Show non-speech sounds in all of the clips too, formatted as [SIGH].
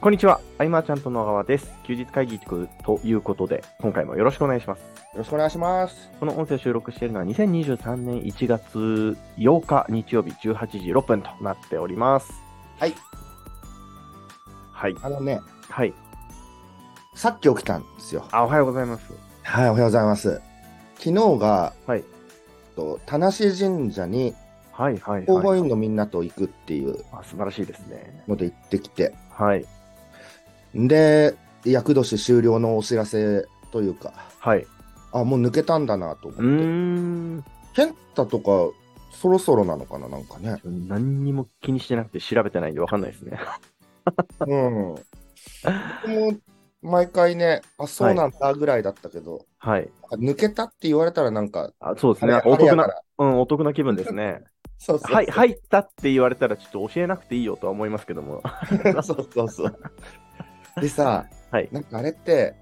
こんにちは、アイマーちゃんと野川です。休日会議ということで、今回もよろしくお願いします。よろしくお願いします。この音声を収録しているのは2023年1月8日日曜日18時6分となっております。はい。はい。あのね、はい。さっき起きたんですよ。あ、おはようございます。はい、おはようございます。昨日が、はいと、田無神社にはいはい応募はい。員のみんなと行くっていうあ素晴らしいですね。ので行ってきて、はい。で、厄年終了のお知らせというか、はい。あ、もう抜けたんだなと思うって。ーん。。健太とか、そろそろなのかな、なんかね何にも気にしてなくて調べてないんでわかんないですね。うん。僕も毎回ね、あ、そうなんだぐらいだったけど、はい。なんか抜けたって言われたらなんか、あそうですあれね。おあれ得やかな、ら。うん、お得な気分ですね。そうそうそうはい、入ったって言われたら、ちょっと教えなくていいよとは思いますけども。そうそうそう。でさ、 [LAUGHS] はいなんかあれって、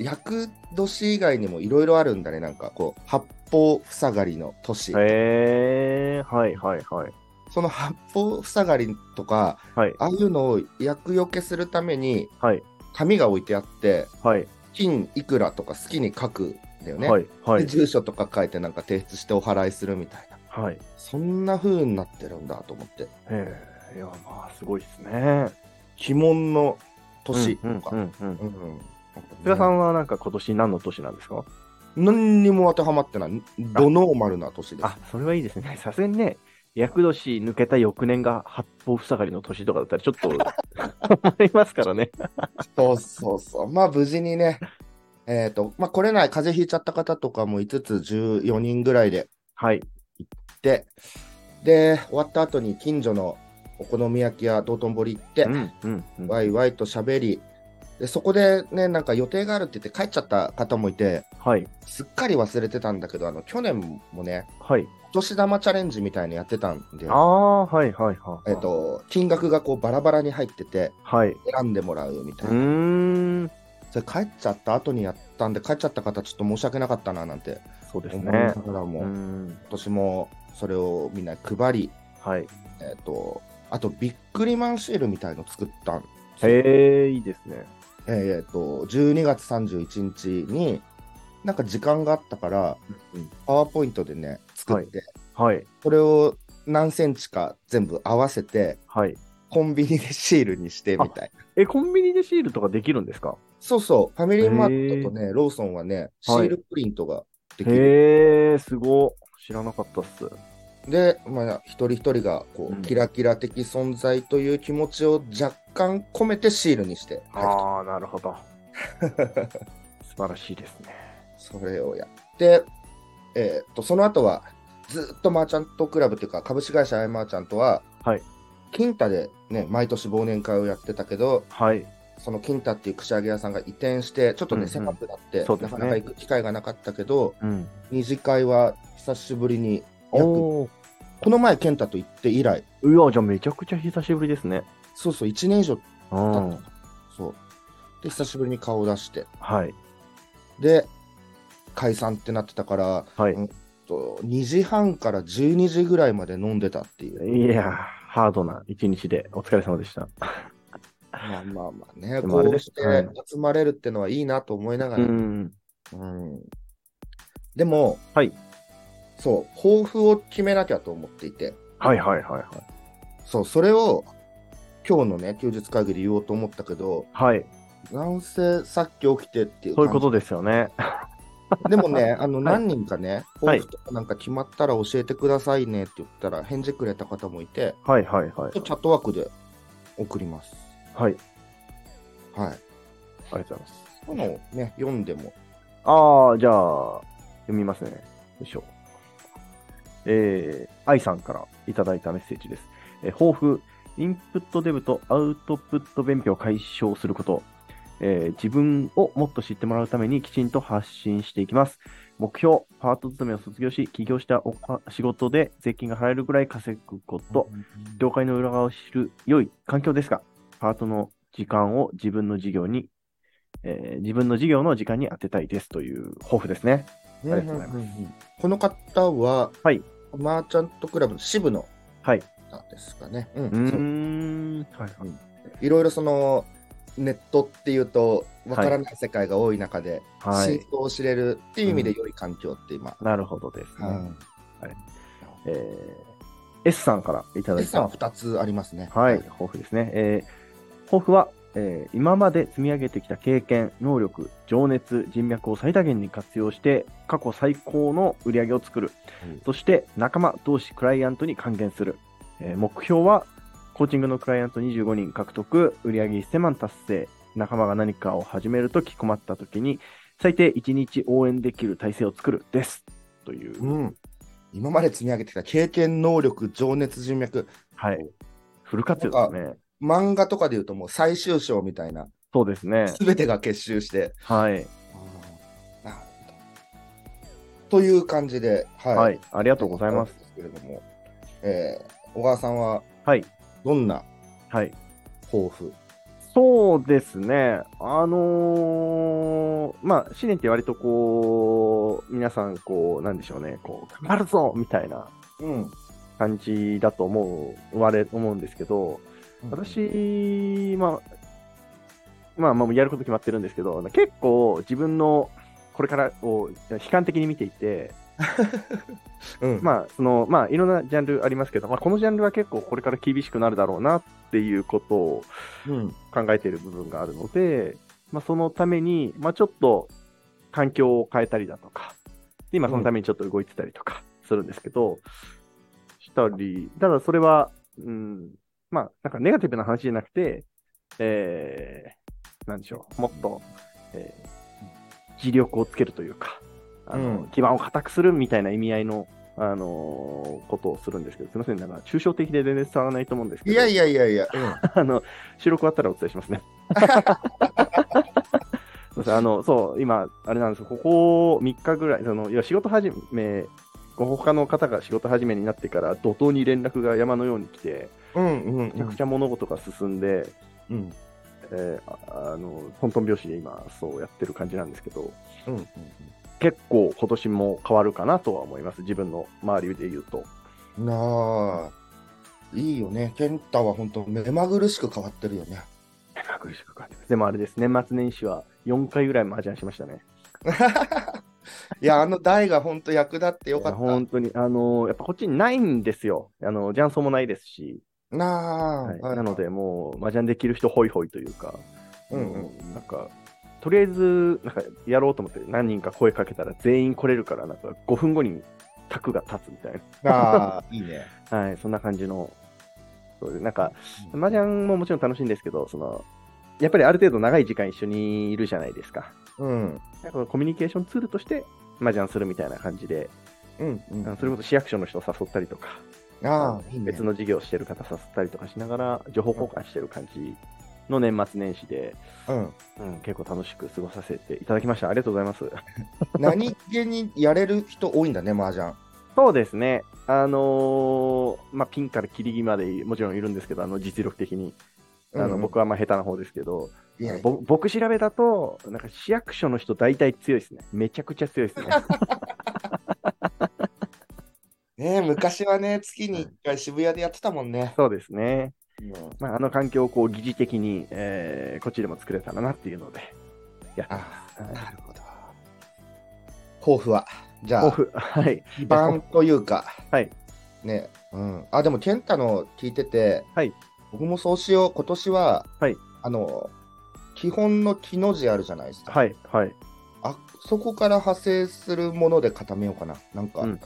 厄年以外にもいろいろあるんだね、なんかこう、八方塞がりの [LAUGHS] 年、へえー、はいはいはい。その八方塞がりとか、はいああいうのを厄除けするために、はい紙が置いてあって、はい金いくらとか好きに書くんだよね。はいはでい住所とか書いて、なんか提出してお祓いするみたいな。はい。そんな風になってるんだと思って、へえ、いや、まあ、すごいですね。鬼門の年とか。うんうんうんうん。うんうん菅さんはなんか今年何の年なんですか何にも当てはまってない、ドノーマルな年ですあ。、それはいいですね。 [LAUGHS] さすがにね、厄年抜けた翌年が八方塞がりの年とかだったらちょっと思いますからね。そうそうそう。まあ、無事に [LAUGHS] ね、えっ、と、まあ、来れない、風邪ひいちゃった方とかも5つ、14人ぐらいではい。で、で、終わった後に近所のお好み焼き屋、道頓堀行ってう、んうんうん。ワイワイと喋り、で、そこでね、なんか予定があるって言って帰っちゃった方もいて、はいすっかり忘れてたんだけど、あの、去年もね、はい。お年玉チャレンジみたいのやってたんであ、あ、はいはいはい。えっ、。と、金額がこうバラバラに入ってて、はい。う選んでもらうみたいーな。ん。それ帰っちゃった後にやったんで、帰っちゃった方、ちょっと申し訳なかったななんてそうです思いね。ながらも、う今ん。年もそれをみんなに配り、はい。えっとあとビックリマンシールみたいの作ったんですよへえ、いいですね。えっと12月31日に、なんか時間があったから、うんパワーポイントでね、作って、はいそれを何センチか全部合わせて、はい。コンビニでシールにしてみたいな。え、コンビニでシールとかできるんですかそうそう、ファミリーマートとね、ローソンはね、シールプリントができる。へえ、すごっ。知らなかったっす。で、まあ、一人一人がこう、うんキラキラ的存在という気持ちを若干込めてシールにして書ああ、なるほ [LAUGHS] ど。くと素晴らしいですね。それをやって、えーっとその後はずっとマーチャントクラブというか株式会社アイマーチャントは、はい金太で、ね、毎年忘年会をやってたけどはい。その金太っていう串揚げ屋さんが移転してちょっとね、うんうん狭くなって、そうでなすねかなか行く機会がなかったけどうん。二次会は久しぶりに約こおー。の前健太と行って以来うわ、じゃあめちゃくちゃ久しぶりですね。そうそう1年以上うん。そう。で、久しぶりに顔を出して、はい。で、解散ってなってたから、はうんと2時半から12時ぐらいまで飲んでたっていう。い。いやー、ハードな一日でお疲れ様でした。まあまあまあね、でこもあれうでしすてはい集まれるってのはいいなと思いながうら。ん。うんでも、はいそう、抱負を決めなきゃと思っていて、はいはいはいはい。そう、それを今日のね、休日会議で言おうと思ったけど、はい。なんせさっき起きてっていうそう感いうじことですよね。でもね、あの何人かね、はい抱負とかなんか決まったら教えてくださいねって言ったら、返事くれた方もいて、はいはいはいちょっと。チャットワークで送ります。はい。ありはい。がとうございます。このをね、読んでも。ああ、じゃあ、読みますね。よいしょ。えー、愛さんからいただいたメッセージです。えー抱負、インプットデブとアウトプット便秘を解消すること、えー自分をもっと知ってもらうためにきちんと発信していきます。目標、パート勤めを卒業し、起業したおか仕事で税金が払えるぐらい稼ぐこと、業界の裏側を知る良い環境ですが、パートの時間を自分の事業に、えー自分の事業の時間に当てたいですという抱負ですね。うんありがとうございますうんうんうんこの方は、はいマーチャントクラブの支部のはい。なんですかね。うんうーん。はいはいいろいろその、ネットっていうと、わからない世界が多い中で、はい真。相を知れるっていう意味で良い環境って今。なるほどですね。うんえー S さんからいただい S さんたは2つありますね。はい、抱負ですね。えー抱負は、えー今まで積み上げてきた経験、能力、情熱、人脈を最大限に活用して、過去最高の売り上げを作る。うんそして、仲間、同士、クライアントに還元する。えー目標は、コーチングのクライアント25人獲得、売り上げ1000万達成。仲間が何かを始めるとき困ったときに、最低1日応援できる体制を作るです。という。うん。今まで積み上げてきた経験、能力、情熱、人脈。はい。フル活用ですね。漫画とかで言うともう最終章みたいな、そうですね。すべてが結集して。はい。なるほどという感じで、はい。はありい。ありがとうございます。。けれども、えー小川さんははい。どんなはい。抱負そうですね。あのーまあ、試練って割とこう、皆さん、こう、なんでしょうね、こう、頑張るぞみたいなうん。感じだと思う、われ、思うんですけど、私、まあ、まあ、まあ、やること決まってるんですけど、結構自分のこれからを悲観的に見ていて、うん、まあ、まあ、その、まあ、いろんなジャンルありますけど、まあ、このジャンルは結構これから厳しくなるだろうなっていうことをうん、考えている部分があるので、まあ、そのために、まあ、ちょっと環境を変えたりだとか、で今そのためにちょっと動いてたりとかするんですけど、したり、ただそれは、うん、まあ、なんかネガティブな話じゃなくて、えー、なんでしょう、もっと、えー、磁力をつけるというか、あのうん基盤を固くするみたいな意味合いの、あのーことをするんですけど、すみません、なんか抽象的で全然伝わらないと思うんですけいど。やいやいやいや、うんあの、収録終わったらお伝えします [LAUGHS] ね。そうですあの、そう、今、あれなんですよここ3日ぐらい、その、いや、仕事始め、ご他の方が仕事始めになってから、怒涛に連絡が山のように来て、うんうんめちゃくちゃ物事が進んで、うんえーああの、トントン拍子で今、そうやってる感じなんですけど、うんうん結構今年も変わるかなとは思います、自分の周りで言うと。うんなあいいよね健太は本当目まぐるしく変わってるよね苦しく感じます。でもあれです、年末年始は4回ぐらい麻雀しましたね。いや [LAUGHS] あの台が本当役立ってよかいやっ本当に、あのーやっぱこっちにないんですよ。あの、ジャンソーもないですし、たなあ、はいはいなので、もう、麻雀できる人、ホイホイというか、うんうんもなんか、とりあえず、なんか、やろうと思って、何人か声かけたら、全員来れるから、なんか、5分後に、卓が立つみたいああいい [LAUGHS] ねな、はい、そんな感じの、そうですなんか、麻雀ももちろん楽しいんですけど、その、やっぱりある程度長い時間一緒にいるじゃないですか。うんなんかコミュニケーションツールとして、麻雀するみたいな感じで、うんうあのんそれこそ市役所の人を誘ったりとか、ああいいね別の事業してる方誘ったりとかしながら情報交換してる感じの年末年始で、 [LAUGHS] うんうん、結構楽しく過ごさせていただきましたありがとうございます何気にやれる人多いんだね麻雀そうですねあのーまあピンから切り際までもちろんいるんですけどあの実力的にあの、うんうん僕はまあ下手な方ですけどいやいやぼ僕調べだとなんか市役所の人大体強いですねめちゃくちゃ強い [LAUGHS] ですねねえ昔はね [LAUGHS] 月に1回渋谷でやってたもんね、そうですね、うんまあ、あの環境をこう疑似的に、えーこっちでも作れたらなっていうのでやってますあなるほど抱負はじ抱ゃあ負はい基盤というか、はい。ね、うん。あ、でも、健太の聞いてて、はい僕もそうしよう、今年は、はいあの、基本の木の字あるじゃないですか。はいはいあそこから派生するもので固めようかな。なんか、ううんん。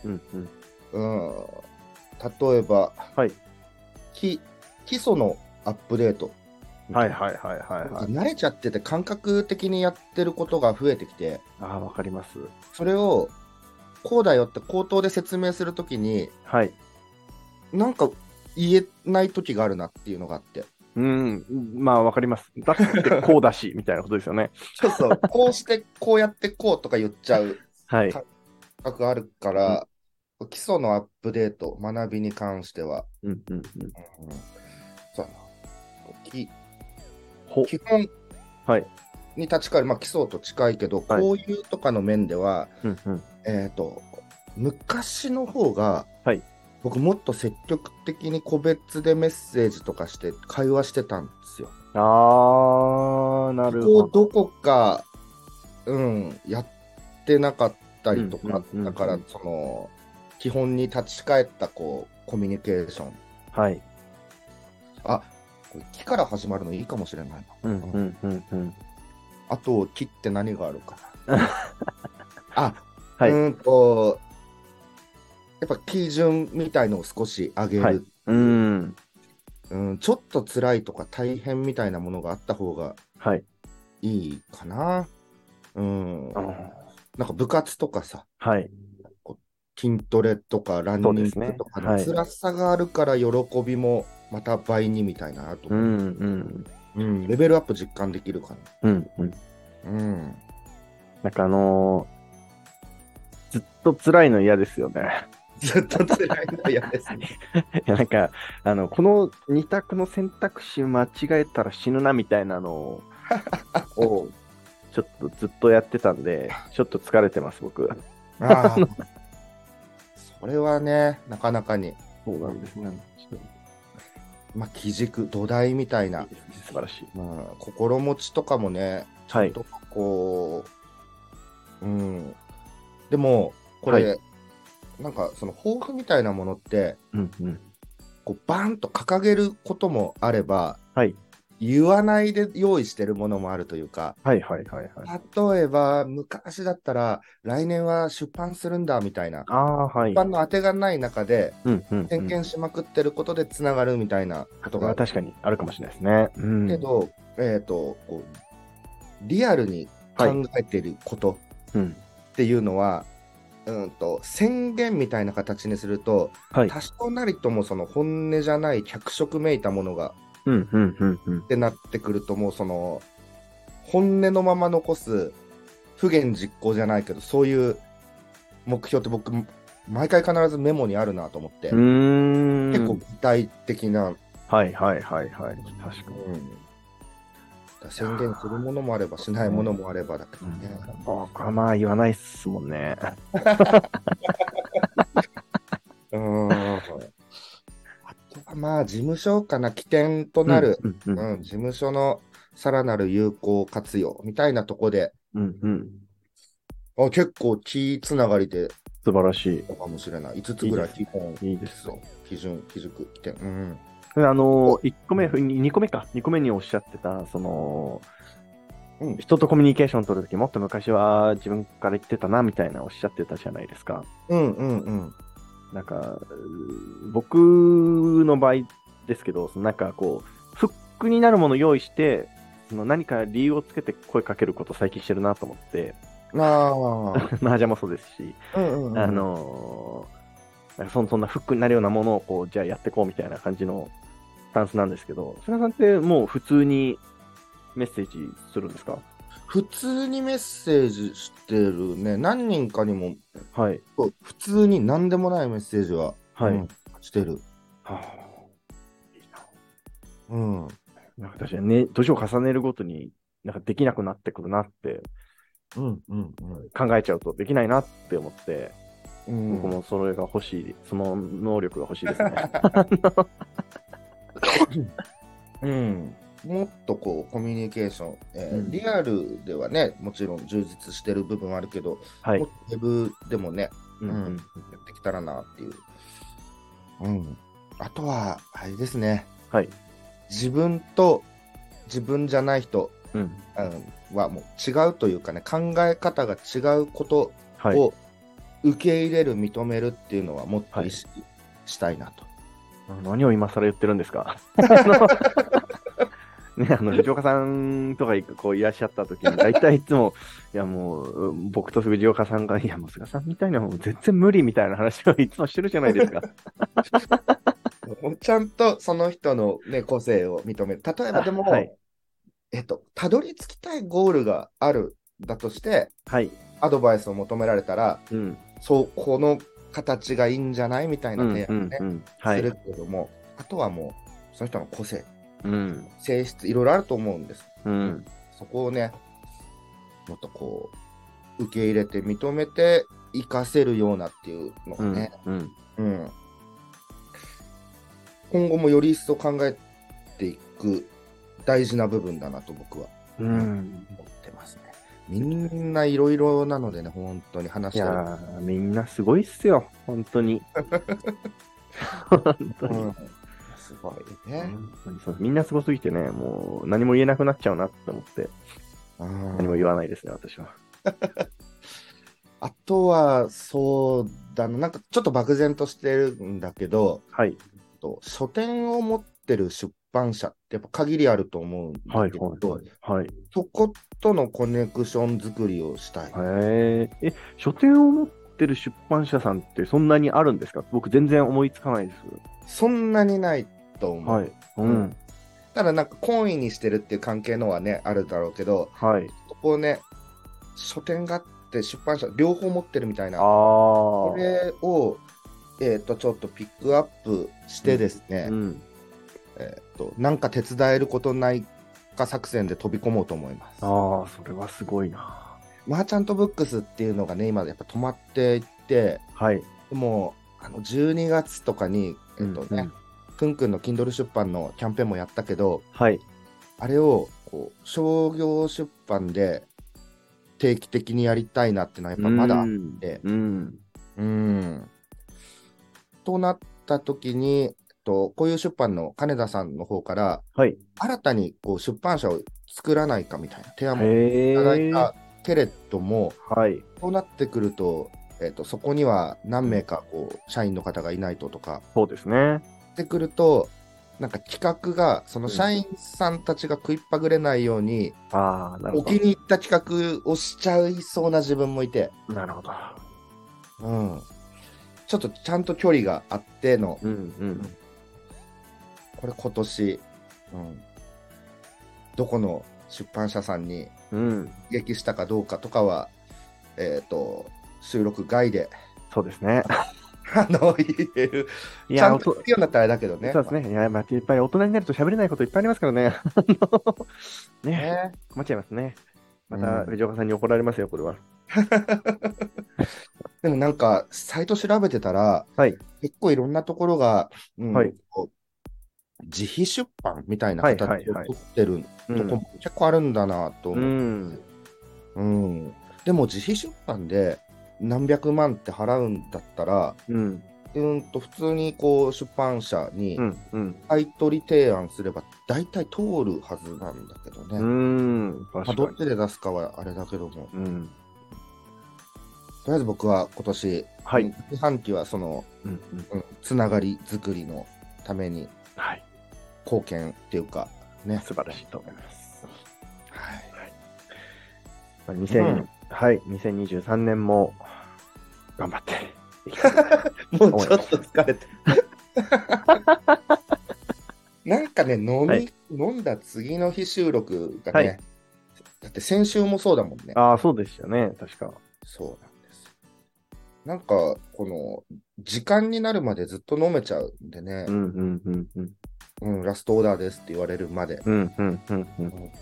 うんうん例えば、はい木、基礎のアップデート。はいはいはいはい、なんかはい。慣れちゃってて、感覚的にやってることが増えてきて、ああ、わかります。それを、こうだよって口頭で説明するときに、はい。なんか言えない時があるなっていうのがあって。うん、まあわかります。だってこうだし、みたいなことですよね。そうそう、 [LAUGHS] こうして、こうやってこうとか言っちゃう [LAUGHS] はい。感覚あるから、基礎のアップデート、学びに関しては、うんうんうん。うん、そうだなきほ、基本はい。に立ち返る、まあ、基礎と近いけど、はいこういうとかの面では、うんうん。えっ、と、昔の方が、はい僕もっと積極的に個別でメッセージとかして会話してたんですよ。あー、なるほこど。こどこか、うん、やってなかったりとか、うんうんうんうんだから、その、基本に立ち返った、こう、コミュニケーション。はい。あ、これ木から始まるのいいかもしれないな。うん、うん、うん、うん。あと、木って何が [LAUGHS] あるかな。あ、はいうーんと、やっぱ基準みたいのを少し上げる。はいうん。うん、ちょっと辛いとか大変みたいなものがあった方がはい。いいかな。うん。あのなんか部活とかさ、はい。筋トレとかランニそうンでグすねとかはのい辛さがあるから喜びもまた倍にみたいなあと、ううんん、うん、レベルアップ実感できるかうん、うん。な。うん。 [LAUGHS] なんかあのーずっと辛いの嫌ですよね。ずっと辛いのは嫌ですね。い [LAUGHS] や、なんか、あの、この二択の選択肢間違えたら死ぬなみたいなの [LAUGHS] を、をちょっとずっとやってたんで、ちょっと疲れてます、僕。あー [LAUGHS] それはね、なかなかに、そうなんですね。ちょっまあ、基軸、土台みたいなと、素晴らしい。まあ、心持ちとかもね、はい。とかこう、うん。でも、これ、はなんかその抱負みたいなものって、うんうん。こうバーンと掲げることもあれば、はい。言わないで用意してるものもあるというか、はいはいはいはい。例えば昔だったら来年は出版するんだみたいな、ああ、はい出。版の当てがない中でうんうん、う点ん。検しまくってることでつながるみたいなことがあある確かにあるかもしれないですね。うん。けど、えっ、とこう、リアルに考えてることうん。っていうのは、うんと宣言みたいな形にすると、はい。多少なりともその本音じゃない脚色めいたものがうんうんうんうんっ。てなってくるともうその本音のまま残す不言実行じゃないけどそういう目標って僕毎回必ずメモにあるなと思って、うーん。結構具体的な、はいはいはいはい。確かに。うん宣言するものもあればしないものもあればだけどね、僕はまあ言わないっすもんね。うんあとはまあ事務所かな起点となる、うんううんん事務所のさらなる有効活用みたいなとこでうんうん。あ結構気つながりで素晴らしかもしれない。5つぐらい基本。い。いいですそう。基準、基軸、基点。うん。あのー、1個目、2個目か、2個目におっしゃってた、その、うん人とコミュニケーション取るとき、もっと昔は自分から言ってたな、みたいなおっしゃってたじゃないですか。うんうんうん。なんか、うー僕の場合ですけど、そのなんかこう、フックになるものを用意して、その何か理由をつけて声かけること最近してるなと思って、 [LAUGHS] あ [LAUGHS] マージャンもそうですし、あ。うんうんうん。あ、のーなんかそんそんなフックになるようなものをこう、じゃあやってこうみたいな感じのスタンスなんですけど、菅さんってもう普通にメッセージするんですか普通にメッセージしてるね。何人かにも、はい。そう普通に何でもないメッセージは、はい。うんしてる。はあうん。うんなんか確かにね、年を重ねるごとに、なんかできなくなってくるなってうんうん。考えちゃうとできないなって思って、うん僕もそれが欲しい、その能力が欲しいです [LAUGHS] ね。うん。もっとこうコミュニケーション、えーうんリアルではね、もちろん充実してる部分はあるけど、はいもっ。とウェブでもね、うんうんやってきたらなっていう。うん。あとは、あれですね。はい。自分と自分じゃない人、うん。うん、はもう違うというかね、考え方が違うことはい。を受け入れる、認めるっていうのはもっと意識したいなと。何を今更言ってるんです [LAUGHS] かね、あの、藤岡さんとかいこういらっしゃった時に、大体いつも、いやもう、うん僕と藤岡さんが、いやもう菅さんみたいなもう全然無理みたいな話をいつもしてるじゃないですか。ちゃんとその人の、ね、個性を認める。例えばでも、はいえっと、たどり着きたいゴールがあるんだとして、はい。アドバイスを求められたら、うん。そう、この形がいいんじゃないみたいなうん提う案をんねう、ん。はすいる。けども、あとはもう、その人の個性、うん。性質、いろいろあると思うんです。うん。そこをね、もっとこう、受け入れて、認めて、活かせるようなっていうのうがんね、。うん。うん。今後もより一層考えていく大事な部分だなと僕はうん。思ってますね。みんないろいろなのでね、本当に話いしてやるー、みんなすごいっすよ。本当に。本当に。うんすごいね。本当にそうみんなすごすぎてね、もう何も言えなくなっちゃうなって思って、うん何も言わないですね、私は。あとは、そうだな、なんかちょっと漠然としてるんだけど、はい。と書店を持ってる出版社ってやっぱ限りあると思うんだけど、はい、はい。はい。そことのコネクション作りをしたい。へえ。え、書店を持ってる出版社さんってそんなにあるんですか僕全然思いつかないです。そんなにないと思う。はい。うん。ただなんか懇意にしてるっていう関係のはね、あるだろうけど、はい。ここね、書店があって出版社両方持ってるみたいな、こあれを、えっ、と、ちょっとピックアップしてですね、あ。うん。えっ、と、なんか手伝えることないか作戦で飛び込もうと思います。ああ、それはすごいな。マーチャントブックスっていうのがね、今やっぱ止まっていって、はい。でもあの12月とかに、えっとうね、んくんくんの Kindle 出版のキャンペーンもやったけど、はい。あれをこう商業出版で定期的にやりたいなってのはやっぱまだううんんてうん。となった時に、えっと、こういう出版の金田さんの方からはい。新たにこう出版社を作らないかみたいな提案もいへえ。ただいたけれども、はい。そうなってくると,、えっとそこには何名かこう社員の方がいないととかそうですね。ってくるとなんか企画がその社員さんたちが食いっぱぐれないように、ああ、なるおほ気に入った企画をしちゃいそうな自分もいて、ど。なるほど。うん、ちょっとちゃんと距離があってのうんうん。これ今年、うん、どこの出版社さんにうん。刺激したかどうかとかは、えっと収録外で [LAUGHS] そうですね。あの言えるいちゃや、んおとと言うようになったらあれだけどね。そうですね。いや、まあ、やっぱり大人になると喋れないこといっぱいありますからね。 [LAUGHS] あのまあね、ね困っちゃいますね。まうた、ん藤岡さんに怒られますよ、これは。でもなんか、サイト調べてたら、はい結構いろんなところが、うんはいこう自費出版みたいなはい形をはいはい取ってるうとこん。も結構あるんだなとう思う、ん、うんでも自費出版で何百万って払うんだったら、うん、うんと普通にこう出版社にうん、うん、買い取り提案すれば大体通るはずなんだけどね。うん、まあ、確どかっちで出すかはあれだけども、に。うん、とりあえず僕は今年、はい、うん、四半期はそのうん、うんつながり作りのためにはい、貢献っていうかね、素晴らしいと思います。まはい、あ2000うんはい、2023年も頑張っていきたい。もうちょっと疲れて [LAUGHS] なんかね飲み、はい飲んだ次の日収録がね、はいだって先週もそうだもんねああ、そうでしたね、確か。そうなんですよなんかこの時間になるまでずっと飲めちゃうんでねう、ん、うん、うん、うん、うんラストオーダーですって言われるまで、うん、うん、うん、うん。うん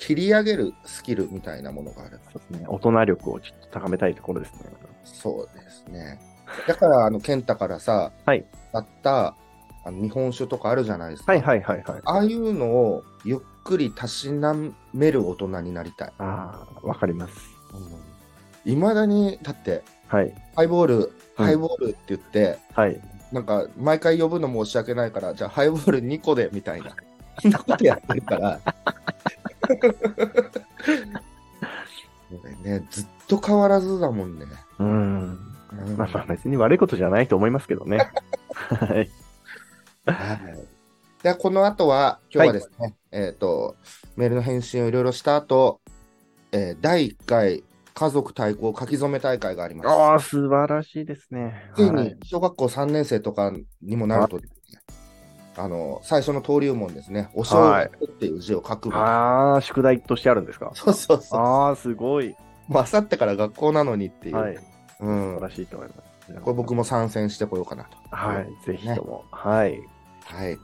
切り上げるスキルみたいなものがあるそうですね、大人力をちょっと高めたいところですね。そうです [LAUGHS] ね。だから、あの、健太からさ、はいだったあの日本酒とかあるじゃないですか。はい、はい、はい、はい。ああいうのをゆっくりたしなめる大人になりたい。ああ、わかります。い、ま、だに、だって、はい、ハイボール、うんハイボールって言って、はい。なんか、毎回呼ぶの申し訳ないから、じゃあ、ハイボール2個で、みた [LAUGHS] いな。そんなことやってるから。これね、ずっと変わらずだもんね。うん。うんまあまあ別に悪いことじゃないと思いますけど [LAUGHS] ね。はい。はい。では、この後は、今日はですね、えっ、と、メールの返信をいろいろした後、えー第1回家族対抗書き初め大会があります。ああ、素晴らしいですね。ついはに小学校3年生とかにもなると、あの、最初の登竜門ですね、お正月っていう字を書く。ああ、宿題としてあるんですか。そうそうそう。ああ、すごい。もうあさってから学校なのにっていう。はい。素う晴ん。らしいと思います。これ僕も。も参戦してこようかなと。はい。ぜひとも。はい。はい。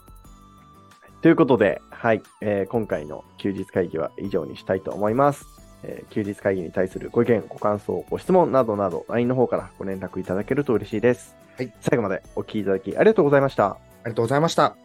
ということで、はい、えー今回の休日会議は以上にしたいと思います。えー休日会議に対するご意見、ご感想、ご質問などなど、LINE の方からご連絡いただけると嬉しいです。はい。最後までお聞きいただきありがとうございました。ありがとうございました。